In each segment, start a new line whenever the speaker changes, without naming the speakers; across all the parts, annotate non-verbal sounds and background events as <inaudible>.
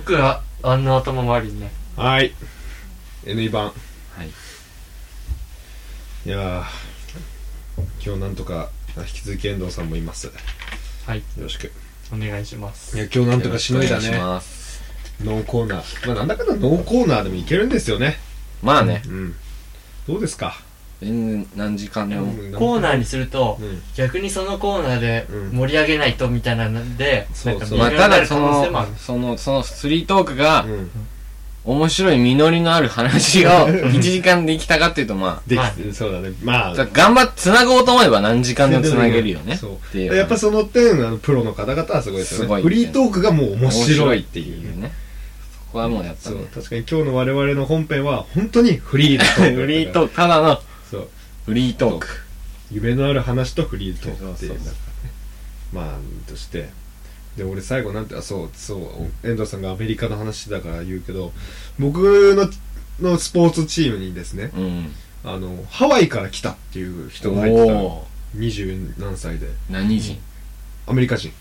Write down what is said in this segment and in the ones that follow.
くああんな頭回りにね
はい。N 番。
はい。
いやー、今日なんとか、あ引き続き遠藤さんもいます。
はい
よろしく。
お願いします
いや、今日なんとかしのいだ
よろしくお願いし
ね。
ます
ノーコーナー。まあ、なんだかんだノーコーナーでもいけるんですよね。
まあね、
うん。どうですか
うん、何時間でも、
うん
コーナーにすると、
うん。
逆にそのコーナーで
うん
盛り上げないとみたいなので、
そう
なんか
そう
微妙
まあ、
に
た
な
だ
る可
そ
能性もある
の、その、そのスリートークが、
うん。
面白い実りのある話を1時間できたかっていうと、ま
でき、
は
そうだね。まあ
あ、、頑張って繋ごうと思えば何時間でも繋げるよね。
そう
ていう
やっぱその点あのプロの方々はすごいです
す
よ
ご
ね
い
フリートークがもう面白いって
面
いう
白
ね
ね。そこはもうやっぱ
そう
ね。
確かに今日の我々の本編は本当にフリートーク
<laughs> フリートーク、ただの
そう
フリートーク。
夢のある話とフリートークっていう
そうそうそう
なんかねまあとしてで俺最後なんてあそうそう遠藤さんがアメリカの話だから言うけど僕ののスポーツチームにですね
うん。
あのハワイから来たっていう人が入ってたの
おー
二十何歳で
何人
アメリカ人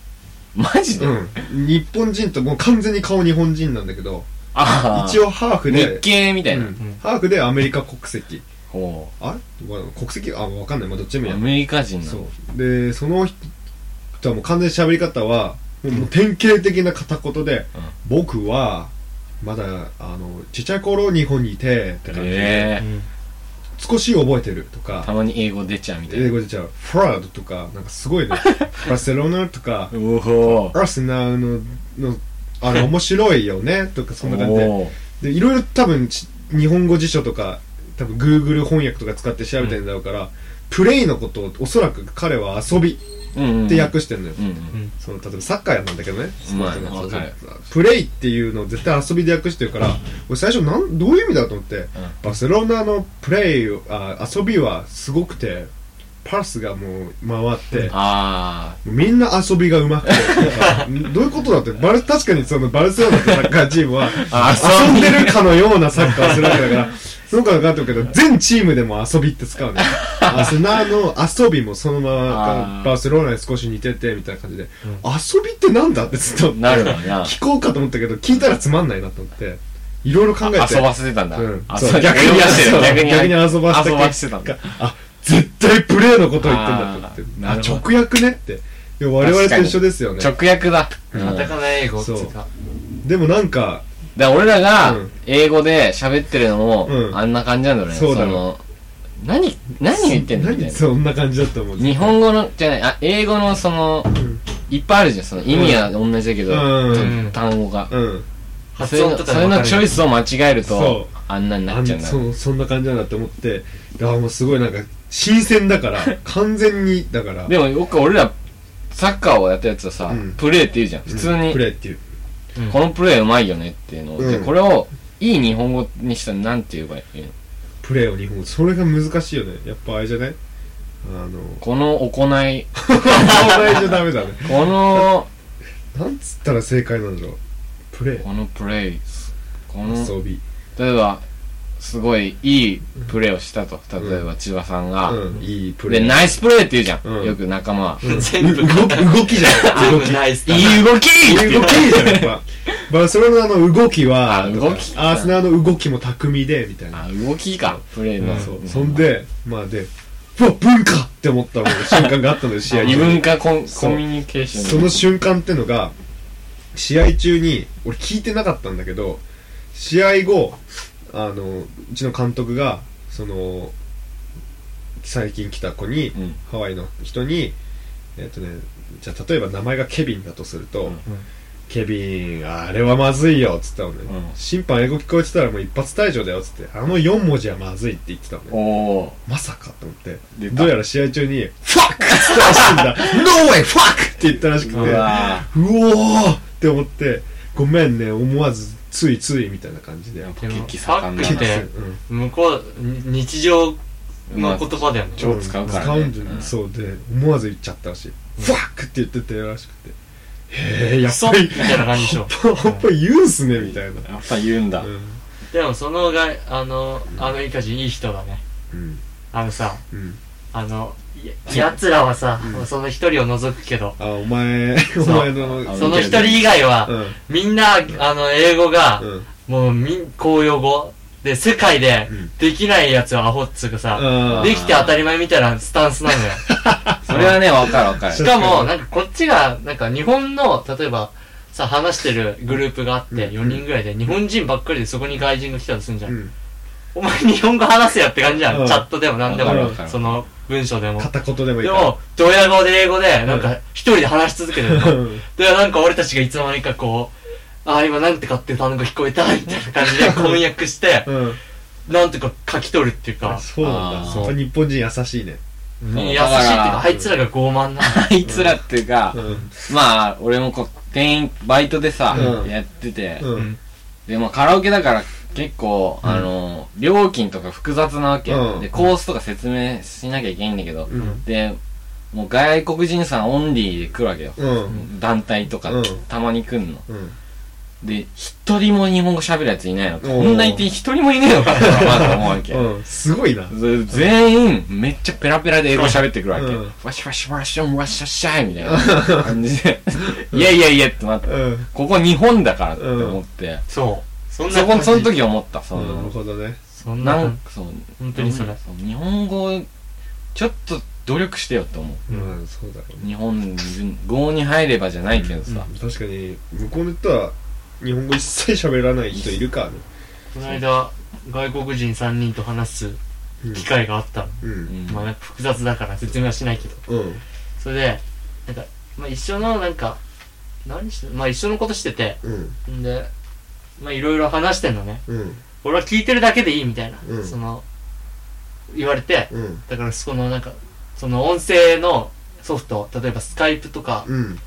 マジで
うん日本人ともう完全に顔日本人なんだけど
ああ。
一応ハーフで。
日系みたいうなん
ハーフでアメリカ国籍
ほ
あわ国籍あわかんないまあどっちでも
う
いい
ア
や
メリカ人なの。
そうでその人はもう完全に喋り方はもうもう典型的な片言で、僕はまだあのちっちゃい頃日本にいてって感じで、
ええ。
少し覚えてると
た
か
まに英語出ちゃうみたい
英
な。
語でじゃあフラードとかなんかすごいねバセロナとか
おおー。
アーセナルののあれ面白いよねとかそんな感じで
おー
でいろいろ多分ち日本語辞書とか多分 Google 翻訳とか使って調べてるんだろうから、プレイのことをおそらく彼は遊び
うんうん。
って訳してるのよ、
うんうん。
その例えばサッカーやなんだけどねスポーツの
ま
そ
あ
う
わかる
プレイっていうのを絶対遊びで訳してるから俺最初なんどういう意味だと思って、バセロナのプレイあ遊びはすごくてパスがもう回って
あ
みんな遊びがうまくて
<laughs>
どういうことだってバル確かにそのバルセロナってサッカーチームは
あ
遊んでるかのようなサッカーをするわけだからそのか分かってるけど全チームでも遊びって
<laughs>
使うねアスナの遊びもそのま
あ
ま
ー
バーセロナに少し似ててみたいな感じで、
ん
遊びってなんだってずっと
あ。なるわな。
聞こうかと思ったけど聞いたらつまんないなと思っていろいろ考えて
遊ばせてたんだ。
うん
あ
そう
そう
逆に
遊ばせて
そう
た
逆に遊ばせた
遊ばせてたんだ。
あ絶対プレーのことを言ってんだと思って
あーなるほ
あ直訳ねっていや我々と一緒ですよね
直訳だ。うん
カ
だ
タ
か
カナ英語っていうか
でもなんから
俺らが
うん
英語で喋ってるのも
うん
あんな感じなんだろうね。
そうだろう
の何、何言ってんのみたい
何
な。
そんな感じだと思う
日本語の、じゃない、あ、英語のその、
ん
いっぱいあるじゃん。その意味は同じだけど、
うん
単語が。
うん
発
それ
音
の
と
そ
か
れ
で分か
の
る
チョイスを間違えると
そ、
あんなになっちゃうんだ。
そうそんな感じなんだって思ってだからもうすごいなんか新鮮だから
<laughs>
完全にだから
でも、僕、俺ら、サッカーをやったやつはさ、
うん
プレーって言うじゃん。普通に
プ、レーっていう
このプレーうまいよねっていうのを、で
うん
これを、いい日本語にしたらなんて言えばいいの
プレーを日本語それが難しいよねやっぱあれじゃないあの
<laughs> この行い、
東大じゃダメだね <laughs>
この、
なんつったら正解なんだろうプレー
このプレイ、この、
遊び
例えば、すごいいいプレーをしたと。例えば、千葉さんが、
うんいいプレ
で、
ー
ナイスプレーって言うじゃん。
うん
よく仲間は。
全部
う動き動きじゃ
<laughs>
ない
全
動
部
き
ないっすか
いい動き
いい動きじゃないやっぱバそれのあの動きは
あ動き
アースナーの動きも巧みでみたいな
あ、動きか。プレーの。
そうそんでまあでうわ文化って思ったもう瞬間があったのよ試合
異
中
文化コン
そ
コ
う
ミュニケーション。
その瞬間ってのが試合中に俺聞いてなかったんだけど試合後あのうちの監督がその最近来た子に、
うん
ハワイの人にえっとねじゃあ例えば名前がケビンだとすると、
うん
ケビンあれはまずいよっつったのね、
うん
審判英語聞こえてたらもう一発退場だよっつってあの4文字はまずいって言ってたのね
おー。
まさかと思って
出た
どうやら試合中に <laughs> 「ファック!」って言ったらしいんだ「ノーウェイファック!」って言ったらしくて
うわ
うおーって思ってごめんね思わずついついみたいな感じで
ー。
でも
激盛んだ
ファック
な
っ。て
うん
向こうに日常の言葉だよね
超使うからね
使うんだ
うん
そうで思わず言っちゃったらしい「ファック!」って言ってたらしくてへえやっぱり
クソみたいな感じでしょ
やっぱやっぱ言うんすねみたいな
やっぱ言うんだ
う。ん
でもそのがあのアメリカ人いい人がね
うん
あのさ
うん
あのやつらはさ、その一人を除くけど、
あ、お前、お
う
前の、
あ
その一人以外
う
は、
ん。
みんな、あの、英語が、
うん。
もう、みん、公用語で、世界で
うん、
できないやつはアホっつうかさ、
あ
できて当たり前みたいなスタンスな
<laughs>
のよ。
それはね、わかるわか
し
る。
かも、なんかこっちが、なんか日本の、例えば、さ、話してるグループがあって、
うん
4人ぐらいで、日本人ばっかりでそこに外人が来たとすんじ
ー
ゃ。
うんん。
お前日本語話せやって感じじゃ
うん
ん。チャットでも何で
わか
る
も
わ
か、る
その文章でも。
片言でもいい
で
から。
も、ドヤ顔で英語で、なんか一人で話し続けてるの。
うん
で、なんか俺たちがいつの間にかこう、ああ、今なんて買って単語聞こえた、みたいな感じで翻訳して、
うん。
なんとか書き取るっていうか、
そうなん
あ
だ。
ー
そう日本人優しいね。
優しいっていうか、あいつらが傲慢なの。
あいつらっていうか
う、ん。
まあ、俺もこ店員、バイトでさ、
うん
やってて、
う。
うんん
で、まあカラオケだから結構、あの、料金とか複雑なわけ、
うん
で、コースとか説明しなきゃいけないんだけど、
うん。
で、もう外国人さんオンリーで来るわけよ。
うん。
団体とか、
うん
たまに来んの。
うん。
で、一人も日本語喋るやついないの。
ー
こんなに一人もいねえのかってまず思うわけ。
うん。すごいな。
ず全員、めっちゃペラペラで英語喋ってくるわけ。
うん
わしわしわしょんわしゃしゃいみたいな感じで、いやいやいやってなって、
うん。
ここ日本だからって思って、
そう。そん
そ
な
こ
感
その
じ。
時思った、そ
なる
の、
ほどね。
そんな
な
感
ん
じ。
かそう、
本当にそれ。
そう日本語、ちょっと努力してよって思う。
う
うんん、そうだろうね。
日本語に入ればじゃないけどさ、
確かに向こうの人は日本語一切喋らない人いるからね
この間外国人3人と話す
うん
機会があったの、
うん
うん
まあ、複雑だから説明はしないけど
うん
それでなんか、まあ、一緒のなんか何してまあ一緒のことしてて
うん
んでまあいろいろ話してんのね
うん
俺は聞いてるだけでいいみたいな、
うん
その言われて
うん
だからそのなんかその音声のソフト例えばスカイプとか、
うん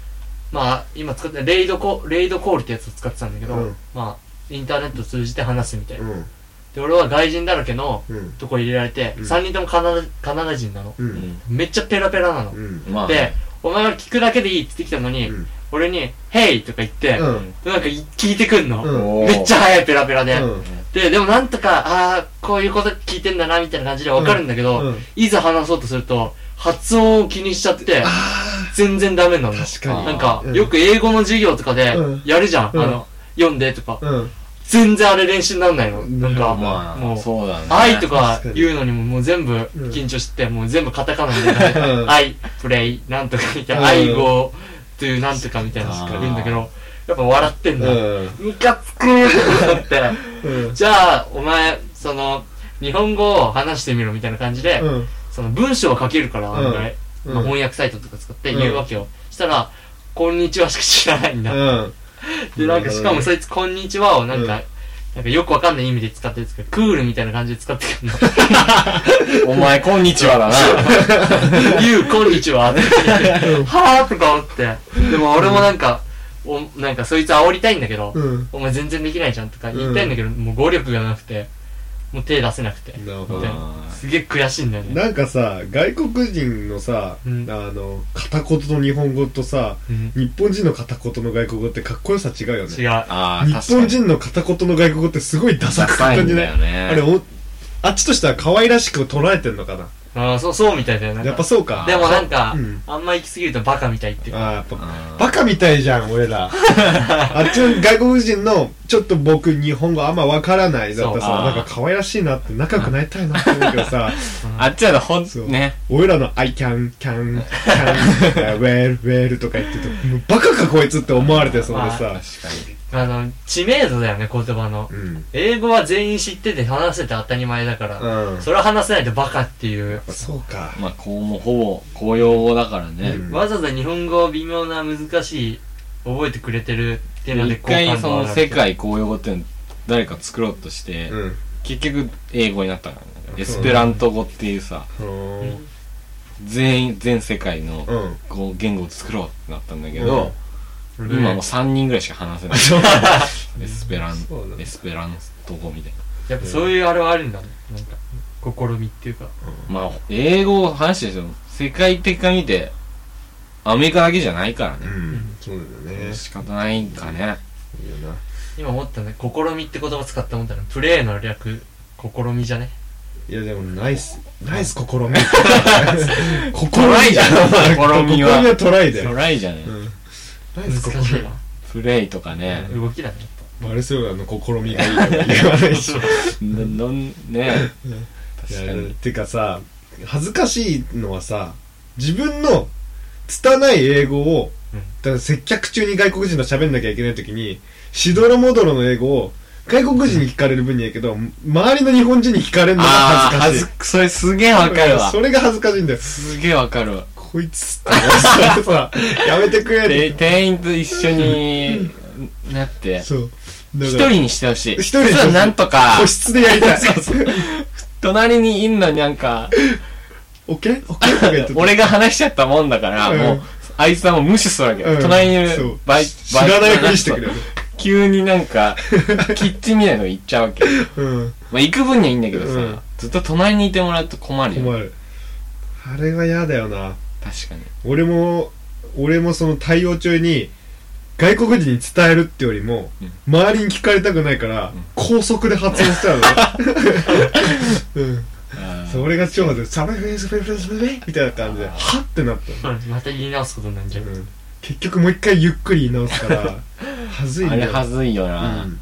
まあ今使ってレイドコレイドコールってやつを使ってたんだけど、
うん
まあインターネットを通じて話すみたいな、
うん
で俺は外人だらけの
うん
とこ入れられて、
うん
3人ともカナダカナダ人なの
うんう
うんん
めっちゃペラペラなの、
うん
まあ、
でお前は聞くだけでいいって言ってきたのに、
うん
俺に「Hey!」とか言って、
うん
でなんかい聞いてくんの、
うん
おー
めっちゃ早いペラペラで、
うん
ででもなんとかああこういうこと聞いてんだなみたいな感じでわかるんだけど、
うん
いざ話そうとすると発音を気にしちゃって全然ダメなの
確かに
なんか、
うん
よく英語の授業とかで
うん
やるじゃん、
うん
あの読んでとか、
うん
全然あれ練習になんないのなんか、
まあ、
もう
そうだね。
愛とか言うのにももう全部緊張して、もう全部カタカナみたい
うん
な。 <laughs> 愛、プレイ、なんとかみたいな。
うん
愛語、というなんとかみたいな
確かに
言うんだけど、やっぱ笑ってん
う
だ。
ん
ムカつくーってなって、
うん
じゃあ、お前、その、日本語を話してみろみたいな感じで、
うん
その文章を書けるから、
うん
案外まあ翻訳サイトとか使って言うわけよ。したら、こんにちはしか知らないんだ。
うん
で、なんか、しかもそいつ、こんにちはを、なん
う
か、なんかよくわかんない意味で使ってるんですけど、クールみたいな感じで使ってくるの。
<laughs>
お前、こんにちはだな。
ゆう、こんにち
<laughs>
はって言って、はぁとか思って。でも俺もなんか、お、なんかそいつ煽りたいんだけど、
うん
お前全然できないじゃんとか言いたいんだけど、もう語力がなくて、もう手出せなくて。
なる
う
ほ
ん
ど
すげえ悔しいんだよね。
なんかさ外国人のさあ
うん
の片言の日本語とさ
うん
日本人の片言の外国語ってかっこよさ違うよね
違う。
ああ、
日
確か
本
に。
人の片言の外国語ってすごいダサく
高い
感
ん
じ
だ
ない
よね。
あれおあっちとしては可愛らしく捉えてんのかな
ああ、そう、そうみたいだよ。なんか
やっぱそうか
でもなんか
うん、
あんま行き過ぎるとバカみたいっていう
あ
か。
ーやっぱ
あー
バカみたいじゃん俺
<laughs>
らあっちの外国人のちょっと僕日本語あんまわからないだったらさ
そう
なんか可愛らしいなって仲良くなりたいなって思うけどさ
あっちはだほん
そう、
ね。
俺らの「I can can can ウェルウェル」とか言ってるともうバカかこいつって思われてそうでさ
確かに。
あの、知名度だよね、言葉の
う。ん
英語は全員知ってて話せて当たり前だから、
うん
それは話せないとバカっていう。
そうか
まあ、こうもほぼ公用語だからね。
うん
わざわざ日本語を微妙な難しい覚えてくれてるっていうので
一回そ
好
の
感度
世
上がる
界公用語っていうの誰か作ろうとして、
うん
結局英語になったからね。エスペラント語っていうさ、
うん
全員、全世界
う
の
ん
こう言語を作ろうってなったんだけど、
うん
今もう3人ぐらいしか話せない。エスペラン
そうなん、だ
エスペラント語みたいな。
やっぱそういうあれはあるんだねなんか試みっていうか
まあ、英語を話してる人、世界的に見て、アメリカだけじゃないから
う
ね。
んそうだよね
仕方ないんかね。
いいよな
今思ったね試みって言葉使ったもんだねプレーの略試みじゃね
いやでもナイスナイス試み試み
トライじゃん
試みはトライだ
ト
よ
ライじゃね
うんナイス試
難しい
み
な。
プレイとかね、
動きだね。
バルセロナの試みがいいとか言わないし
ん、のんね
い
確
や
かに
てかさ恥ずかしいのはさ自分の拙い英語を、
うん
だから接客中に外国人と喋んなきゃいけない時にしどろもどろの英語を外国人に聞かれる分にはいいけど、周りの日本人に聞かれるのが
ああ
恥
恥
ず
ず
かしい
それすげえわかるわ
それが恥ずかしいんだよ
すげえわかるわ
こいつって思ってさやめてくれ
で
っ
店員と一緒になって
てそうだ
一
から
人にしてほしい
一人にしてほしい
実はなんとか
個室でやりたい
隣にいんのになんか
オッケーオッケーとか言ってた
俺が話しちゃったもんだから、
うん
もうあいつはもう無視するわけよ、
うん
隣にい
そ
る
う
バイ
知らないふりしてくれ
バイ
る
トの人急になん
<laughs>
かキッチンみたいなの行っちゃうわけ
うん
まあ行く分にはいいんだけどさ、
うん
ずっと隣にいてもらうと困るよ
困るあれは嫌だよな
確かに
俺も俺もその対応中に外国人に伝えるってよりも、
うん
周りに聞かれたくないから、高速で発音しちゃうの、うん、
あ
それが超恥ずかしいサメフェスフェスフェスフェみたいな感じではってなった
うんまた言い直すことになっちゃう
の、。うん、結局もう一回ゆっくり言い直すから恥ずい
ー
ん
あ
だ
れ
よ
はずいよな、
うん、
い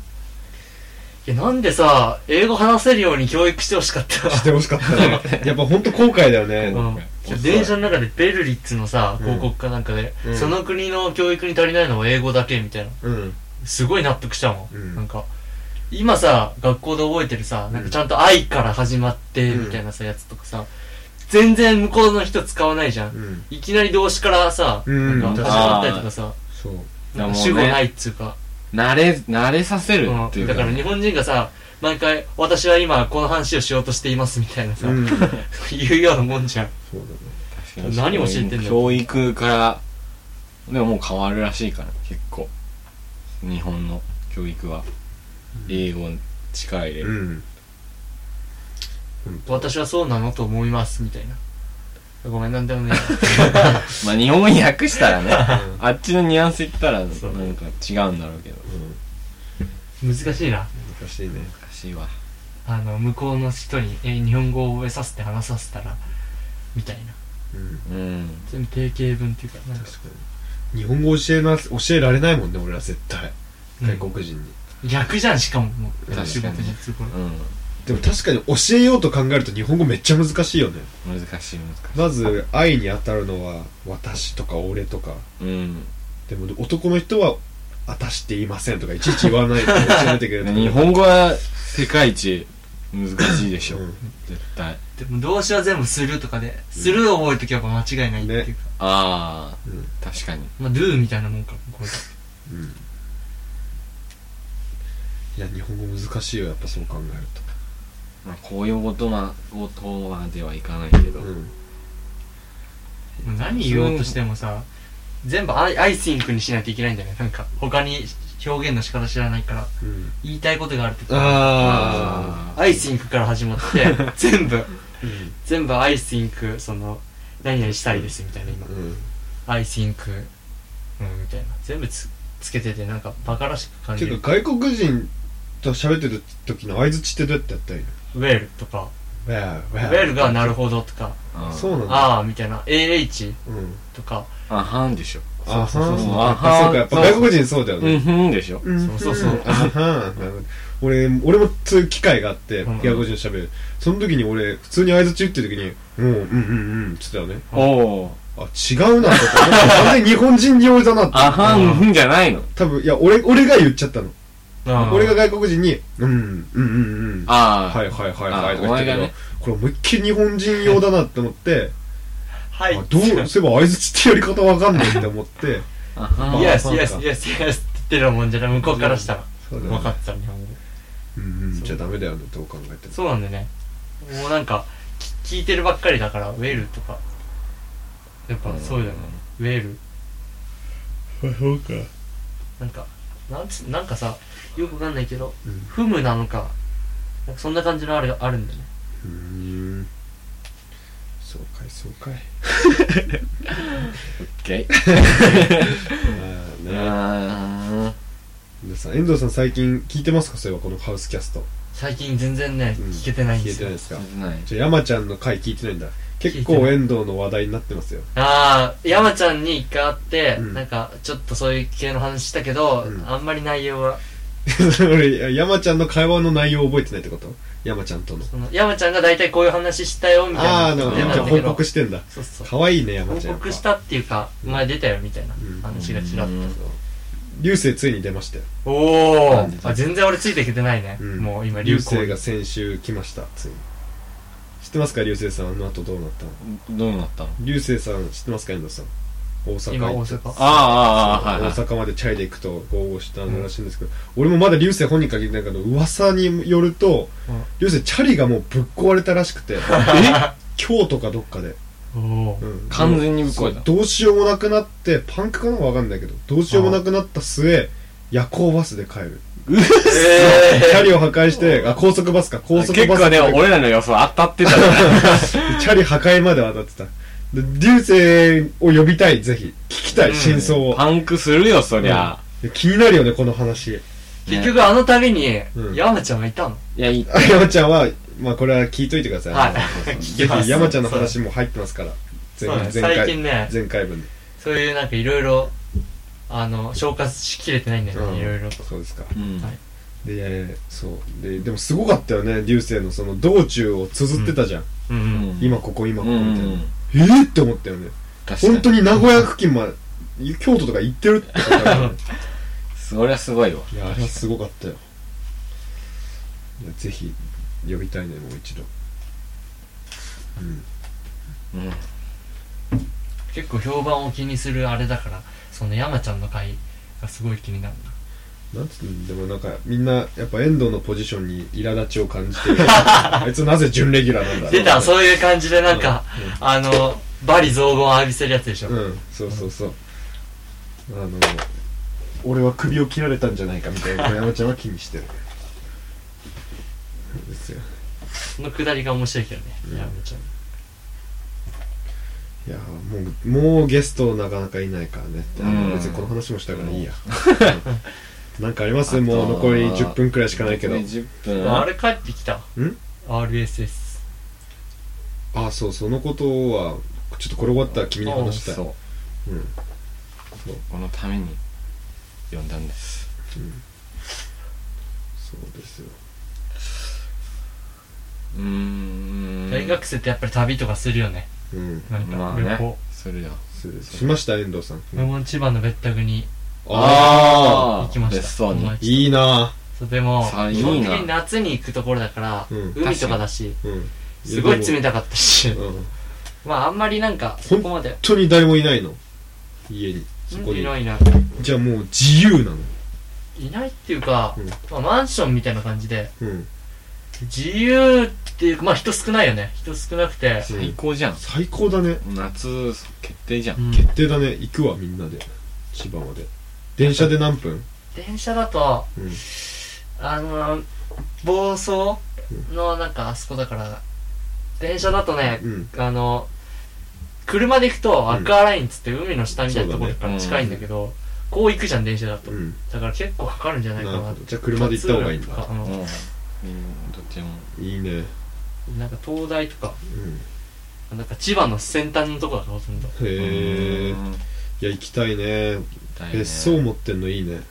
や、なんでさ、英語話せるように教育してほしかった。
してほしかったねやっぱほんと後悔だよね、
うん
遅い
電車の中でベルリッツのさ、
うん
広告かなんかで、
うん
その国の教育に足りないのは英語だけみたいな。
うん
すごい納得したもん。
うん
なんか、今さ、学校で覚えてるさ、なんかちゃんと愛から始まって、みたいなさ、やつとかさ、全然向こうの人使わないじゃん。
うん
いきなり動詞からさ、
うん
なんか始まったりとかさ、
そう
なん
あ
か
ー
主語ないっつうか、
慣れ慣れさせる
うん
っていう
だから日本人がさ、毎回、私は今この話をしようとしていますみたいなさ、
うん、そうだね
言うようなもんじゃん。
確かに
何を教えてんだよ
教育からでももう変わるらしいから結構日本の教育は英語に力入れ
う
る、
ん
私はそうなのと思いますみたいなごめんなんでもね
まあ日本語に訳したらね
う
あっちのニュアンス言ったらなんか
そう
違うんだろうけど
うん
え難しいな
難しいね
おかしいわ
あの向こうの人に、え日本語を覚えさせて話させたらみたいな
うん
うん
全部定型文っていうかなんか
確かに日本語教えな教えられないもんね俺ら絶対
うん
外国人に、
逆じゃんしかももう
確かに
仕事に通こ
う
でも確かに教えようと考えると日本語めっちゃ難しいよね
ん難しい難し
まず愛に当たるのは私とか俺とか
いうん
でも男の人は私って言いませんとかいちいち言わないと教えてくれる
<laughs> 日本語は世界一難しいでしょ、
うん
絶対
でも動詞は全部するとかで、するを覚えとけば間違いないっていうか、
ああ、
うん
確かに
まあ do みたいなもんかこれ
うんいや日本語難しいよやっぱそう考える
まあこういうことまことまではいかないけど、
と、ん、
もう何言おうとしてもさ全部アイアイシンクにしないといけないんだよねなんか他に表現の仕方知らないから
うん、
言いたいことがあるとき
あ
あ
アイスインクから始まって
<laughs>
全部
あうん
全部アイスインクその何々したいですみたいな今
うん
アイスインクうんみたいな全部つつけててなんかバカらしく感
て
じ
いう
る
か外国人と喋ってる時の相づちってどうやってやったらいいの
ウェルとか
ウェ
ウ
ル
ェルがなるほどとか
あ
そう
う
なんだ
ああみたいな AH
うん
とか
あはんでしょ
あはん
そうそうそう
あはんそうかやっぱ外国人そうだよ
うん
ね
ふんでしょ
うん
そうそうそう
あはんなるほど俺俺もそういう機会があって
うん
外国人と喋るその時に俺普通に相づち打ってる時に「うんうんうんうん」っつったよね
おおー
あ違うなとか思って完全に日本人用だなって
あはんふんじゃないの
多分いや俺俺が言っちゃったの
ああ
俺が外国人に「うんうんうんうん」
ああ
はいはいはいはい
あ
とか言ってた
お前が
けど
ね
これ思いっきり日本人用だなって思って
は
あ
い
どう <laughs> そういえば相づちってやり方わかんないって思って
あは
い
ん
や
Yes yes yes yes って言ってるもんじゃない向こうからしたら
<laughs> そうだよ
分か
ね
ってた日本語
うんうんじゃあダメだよねどう考えても
そうなんだよねもうなんかき聞いてるばっかりだからウェルとかやっぱそうだよねウェル
そうか
なんか、なんつ、なんかさ、よくわかんないけど、
うん
フムなのか、なんかそんな感じのある、あるんだよね。
うーんそうかいそうかい
オッケー
ああね
あ
でさ遠藤さん最近聞いてますかそういえばこのハウスキャスト
最近全然ね、
うん
聞けてないんで
消え
す
てな
よ
いですか
全然ない
じゃあ山ちゃんの回聞いてないんだ結
聞いて
構
ない
遠藤の話題になってますよ <laughs>
ああ山ちゃんに一回会って、
うん
なんかちょっとそういう系の話したけど、
うん
あんまり内容は
俺山ちゃんの会話の内容覚えてないってこと山ちゃんとの
その山ちゃんが大体こういう話したよみたいな
ああなるほど
出
じ
たん
ゃあ
だ
報
けど
告してんだ
そうそう
可愛いね山
報
ちゃんやっぱ
告したっていうか前出たよみたいな
うん
話がちらっと、
うん
流星ついに出ましたよ
お
なんで
ーあ全然俺ついていけてないね、
うん
もう今
流
流行
星が先週来ましたついに知ってますか流星さんあの後どうなったの
どうなったの
流星さん知ってますか遠藤さん大阪
今
行
大
って
阪
ああああああはい
大
はい
阪までチャイで行くと豪語したのらしいんですけど、俺もまだ流星本人限りないけど噂によると、
うん
流星チャリがもうぶっ壊れたらし
<laughs>
くて京都かどっかで、
おおー
うん
完全にぶっ壊れた
そうどうしようもなくなってパンクかなんか分かんないけどどうしようもなくなった末夜行バスで帰る
え
チャリを破壊してあ高速バスか高速バス
結構ね
で
俺らの予想当たってたね
チャリ破壊まで渡ってたで流星を呼びたいぜひ聞きたい真相を、
パンクするよそりゃ
で気になるよねこの話
結局あの旅に
うん
山ちゃんがいたの、
いやいい
あ山ちゃんは、まあ、これは聞いといてください。
はい
ぜひ
聞きます
山ちゃんの話も入ってますから。前
そうね
前回
最近ね
前回分で。
そういうなんかいろいろあの消化しきれてないんだよねいろいろと
そうですか。
うん
はい
で、そう。で、でもすごかったよね、流星のその道中を綴ってたじゃん。
うんうん
うん
今ここ、今
う
ここみたいな。
ん
えーって思ったよね。
確かに
本当に名古屋付近まで、京都とか行ってるってことだよね
そりゃすごいわ
いや、あれはすごかったよ。いやぜひ、呼びたいね、もう一度。うん。
うん
<laughs> 結構評判を気にするあれだからその山ちゃんの回がすごい気になる
なんつうんでもなんかみんなやっぱ遠藤のポジションに苛立ちを感じ
<laughs>
てるあいつなぜ準レギュラーなんだろ
な
う
出たそういう感じでなんか、あのバリ雑言を浴びせるやつでしょ、
うんそうそうそうあの俺は首を切られたんじゃないかみたい <laughs> な山ちゃんは気にしてるですよ
そのくだりが面白いけどね、
うん
山ちゃん
いやもうもうゲストなかなかいないからねあの
うん
別にこの話もしたからいいやうん <laughs> なんかありますもう残り10分くらいしかないけど
20分
あれ帰ってきた
ん
?RSS
あそうそのことはちょっとこれ終わったら君に話したい
そう
うん
このために呼んだんです
そうですよ
うーん
大学生ってやっぱり旅とかするよね
うん
なんか
まあ
旅
ね
行、
それよ
しました遠藤さん
俺も千葉の別宅に
ああ
行きました
別荘に
この前ちょっと
いいな
そうでも
さあいい
基
な
本的に夏に行くところだから、
うん
海とかだし
うん
すごい
や
冷たかったし、
でもうん本
まああんまりなんかそこまで
当に誰もいないの家にそこ
い
に
ないいない
じゃあもう自由なの
いないっていうか、
うん
まあ、マンションみたいな感じで
うん
自由っていうかまあ人少ないよね人少なくて
最高じゃん
最高だね
夏決定じゃん、
うん
決定だね行くわみんなで千葉まで電車で何分
電車だと
うん
あのー房総のなんかあそこだから電車だとね、
うん
あの車で行くとアクアラインっつって海の下みたいなところか
そうだ
ら
ね
近いんだけどこう行くじゃん電車だと
うん
だから結構かかるんじゃな
な
い
る
かな
ほ
と
どじゃあ車で行った方がいいん
まあ
だ
通路
うん
とか
みんなどっちも
いいね
あのなんか東大とか
うん
なんか千葉の先端のとこだからほとんど
へえ
うん行き
いや行きたいね
たいね
別荘持ってんのいいね
いいね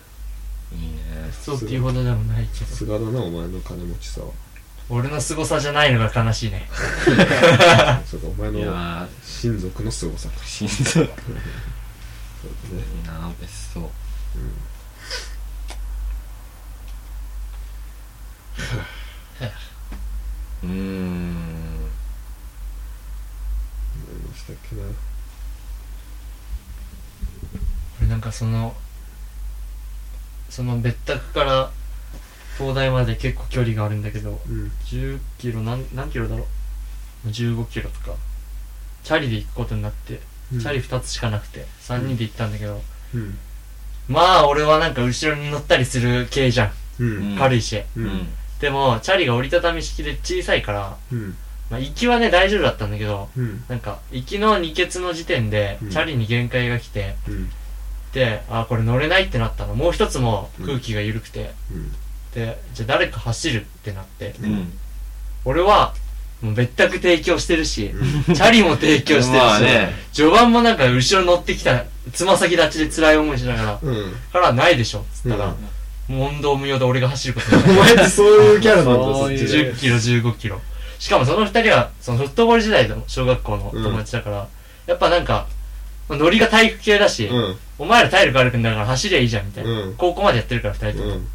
そうっていうほどでもないけ
さ
ど
すがだなお前の金持ちさは
俺の凄さじゃないのが悲しいね
そうかお前
いや
の
ー
親族の凄さか
心臓い
そうだね
いな別荘うーん
思いましたっけな
俺なんかそのその別宅から東大まで結構距離があるんだけど
うん
10キロ何何キロだろう15キロとかチャリで行くことになって、チャリ2つしかなくて3人で行ったんだけど、
うん
まあ俺はなんか後ろに乗ったりする系じゃん、
うん
軽いし
うんうん
でもチャリが折りたたみ式で小さいから、
うん
まあ、行きはね大丈夫だったんだけど
うん
なんか行きの二欠の時点で、
うん
チャリに限界が来て
うん
であこれ乗れないってなったのもう一つも空気が緩くて、
うん
って、じゃあ誰か走るってなって、
うん。うん
俺は、もう別宅提供してるし、
うん
チャリも提供してるし、
まあね、
序盤もなんか後ろ乗ってきた、つま先立ちで辛い思いしながら、
うん。
からないでしょっつったら、もう問答無用で俺が走ることにな
お
る。
<laughs> 前ってそういうキャラなんだ、
そ
そうっ
いう
ちで
10。キロ、15キロ。しかもその二人は、そのフットボール時代の小学校の友達だから、やっぱなんか、ノリが体育系だし、
うん。
お前ら体力あるくんだから走りゃいいじゃんみたいな。
うん
高校までやってるから二人とも。
うん。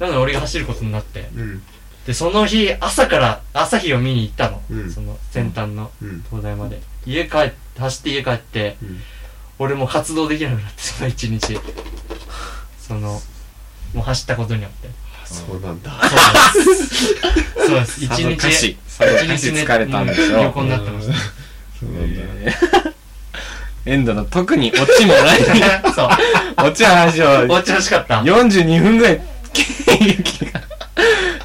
なので俺が走ることになって。
うん。
で、その日、朝から朝日を見に行ったの。
うん
その先端の
うん。
東大まで。家帰って、走って家帰って、俺もう活動できなくなって、その一日。その、もう走ったことによって。
そうなんだ。
そうです。一
<laughs> さぞか
日、
し、さぞかし疲れたんでし
うん
ょ
横。になってました。
そうなんだ。
えーエンドの特にオチもない。
<laughs> そう。
オチの話を
終わっちゃうらしかった。
42分ぐらい、ゆきが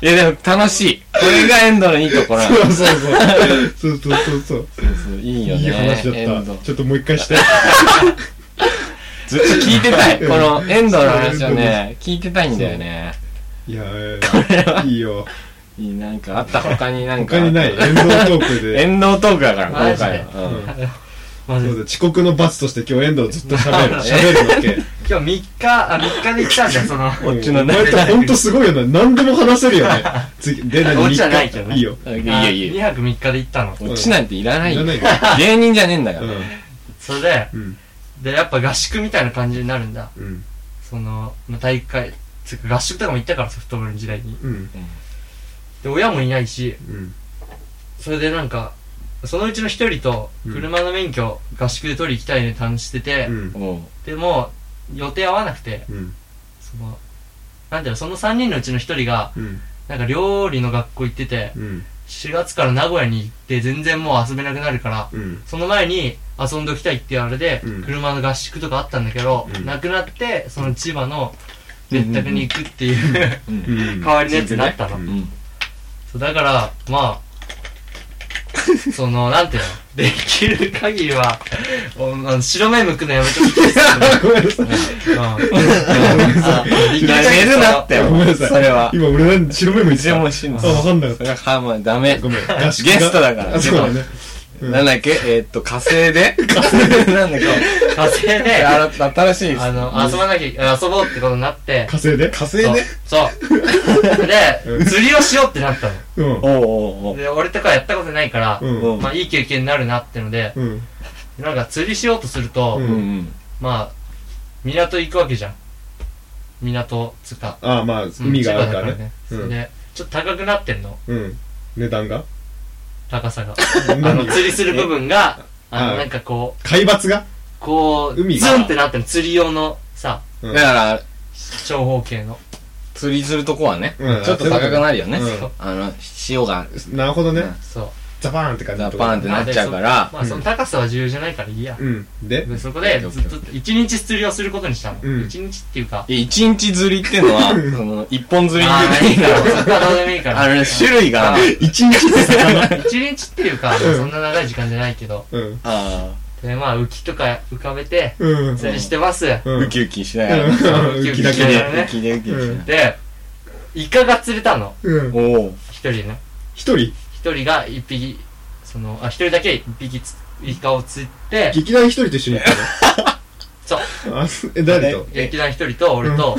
いやでも楽しい。これがエンドのいいところなの
そうそうそう。そうそうそうそう。
そういいよね。
いい話
エ
だっ
ンド
た。ちょっともう一回して。
ずっと聞いてたい。このエンドの話をね、聞いてたいんだよね。
いやー、いいよ。
いい、なんかあった他になんか。
他にない。エンドトークで。
エンドトークだから、
マ
今
ジで
回は。うん
マジ
そう
で。
だ遅刻の罰として今日遠藤ずっと喋る喋るわけ
今日3日、あ、3日で行ったん
<laughs>
だよ、その。
こっちの
お前ってほんとすごいよね何でも話せるよね次で何
こっちはないけどね
いいよ
いやいやい
2
や。
泊3日で行ったの。
オチなんていらない
い
よ
ら。ないから
芸人じゃねえんだから。
それで、
うんうん
で、やっぱ合宿みたいな感じになるんだ。
うん
その、まあ、体育会、つうか合宿とかも行ったから、ソフトボールの時代に。
うん
で、親もいないし、
うん
それでなんか、そのうちの一人と、
うん
車の免許、合宿で取り行きたいねって話してて、
うん
おう
でも、予定合わなくて、
うん
その、なんていうの、その3人のうちの一人が、
うん
なんか料理の学校行ってて、
うん
4月から名古屋に行って全然もう遊べなくなるから、
うん
その前に遊んどきたいっていうあれで、
うん
車の合宿とかあったんだけど、
うん
なくなって、その千葉の別宅に行くっていう、
うん
う
代 <laughs>
ん
わりのやつになったの。
う
うんん。
そうだから、まあ、その、なんていうの、できる限りは、おあの白目向くのやめてほしいですよね。
ごめんなさい
<laughs>
うんあできる
や
限
め
り
るなって、
ごめんなさい
それは。
今俺何白目向いて
一応
た
も
あ
うしんの。
分かんなかっ
それはハーマンダメ
た。ごめん
ゲ
合宿が
ストだから
あそうだねうん
なんだっけえーっと、火星でなんだっけ
火
<laughs>
星で、あ
あ新しいです
の、遊ばなきゃ、遊ぼうってことになって
火、星で
火星で
そう。そう
う
で、
ん
釣りをしようってなった
うん
おうおうお
の。
う
で、俺とかやったことないから、
うん
うん
まあいい経験になるなってので、
うん
なんか釣りしようとすると、
うん
うんうん。
まあ、港行くわけじゃん。港、つうか。
ああまあ
うん
海があるからね。
千葉だ
うん
で、ちょっと高くなってんの、
うん値段が
高さが。
あ
あの、釣りする部分が、あ
は
の、
い
なんかこう、
海抜が
こう、
海
ズ
が
ンってなってる釣り用のさ、
うん
だから、
長方形の。
釣りするとこはね、
うん
ちょっと高くなるよね。
うん
あの、潮が
なるほどね
そう。
ザバーンって感じ
ザバーンってなっちゃう
ま
か
あ
ら
で、まあ、その高さは重要じゃないからいいや。
うんで
でそこで、ずっと、一日釣りをすることにしたの。
うん
一日っていうか、
え一日釣りってのは、その、一本釣り
あ
って
ーい
い
いう
の
から、
は
魚でもいいから。
あのね、種類が
あ、
一日で魚
一日っていうか、
ん
そんな長い時間じゃないけど。
うん
あ
で、まあ、浮きとか浮かべて、
うん
釣りしてます。
う
ー
ん
ウキウキしながら。
うん浮きだけで
浮きで浮きでしなが
で、イカが釣れたの。
うん
ら。おう
一人ね。
一人
一人が一匹、その、あ、一人だけ一匹つ、イカを釣って、
劇団一人と一緒に行っ
そう。
た
<laughs>
のあすえ誰と
劇団一人と俺と、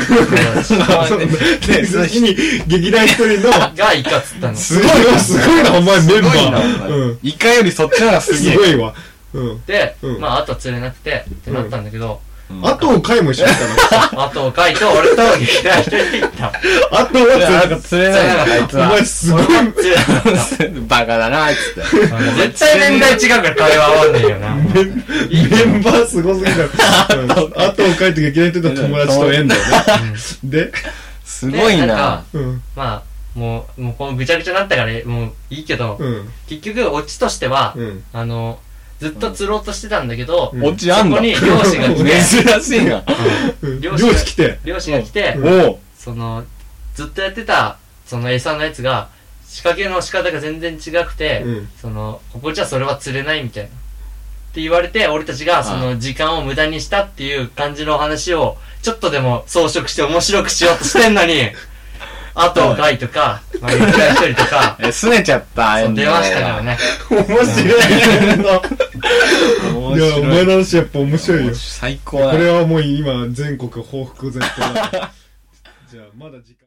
で <laughs> その日に劇団一人の
がイカ釣ったの。
すごいなすごいなお前メンバ
すごいな、
ー
お
う
前
ん
イカよりそっちの方がすげ
す
え
ご。いわうん
で、
うん
まあ、あとは釣れなくて、ってなったんだけど、
うん
あとを回も一緒に行った
あと、カイと俺と劇団一人で行った。
の <laughs> あとは
なんか釣れないのあいつ
それお
は。
前すごい
俺も釣れなかった。
<laughs> バカだな、あいつって。
絶対年代違うから会話合わねえよな。
メンメンバーすごすぎだ <laughs> ろうんあとを回と劇団一人の友達と縁 <laughs> だよねです
ごい
で
な
な。
うん
まあ、もう、もうこのぐちゃぐちゃになったから、もういいけど、
うん
結局、オチとしては、
うん
あの、ずっと釣ろうとしてたんだけど、
うん
オチあん
そ
だ。
こに
珍
漁師が来て、
しいな。
うん
漁
漁
師が
師来て
漁師が来て、
おう。
その、ずっとやってた、その餌のやつが、仕掛けの仕方が全然違くて、
うん
その、ここじゃそれは釣れないみたいな。って言われて、俺たちがその時間を無駄にした
<laughs>
っていう感じのお話を、ちょっとでも装飾して面白くしようとしてんのに、あと、ガイとか、まあ、ゆうきらひとりとか、
え、すねちゃった、
そう出ましたからね。
面白いな
面
いや、お
白い。
前の話やっぱ面白いよ。
最高
こ
だな
れはもう今、全国報復絶対だ。じゃあ、まだ時間。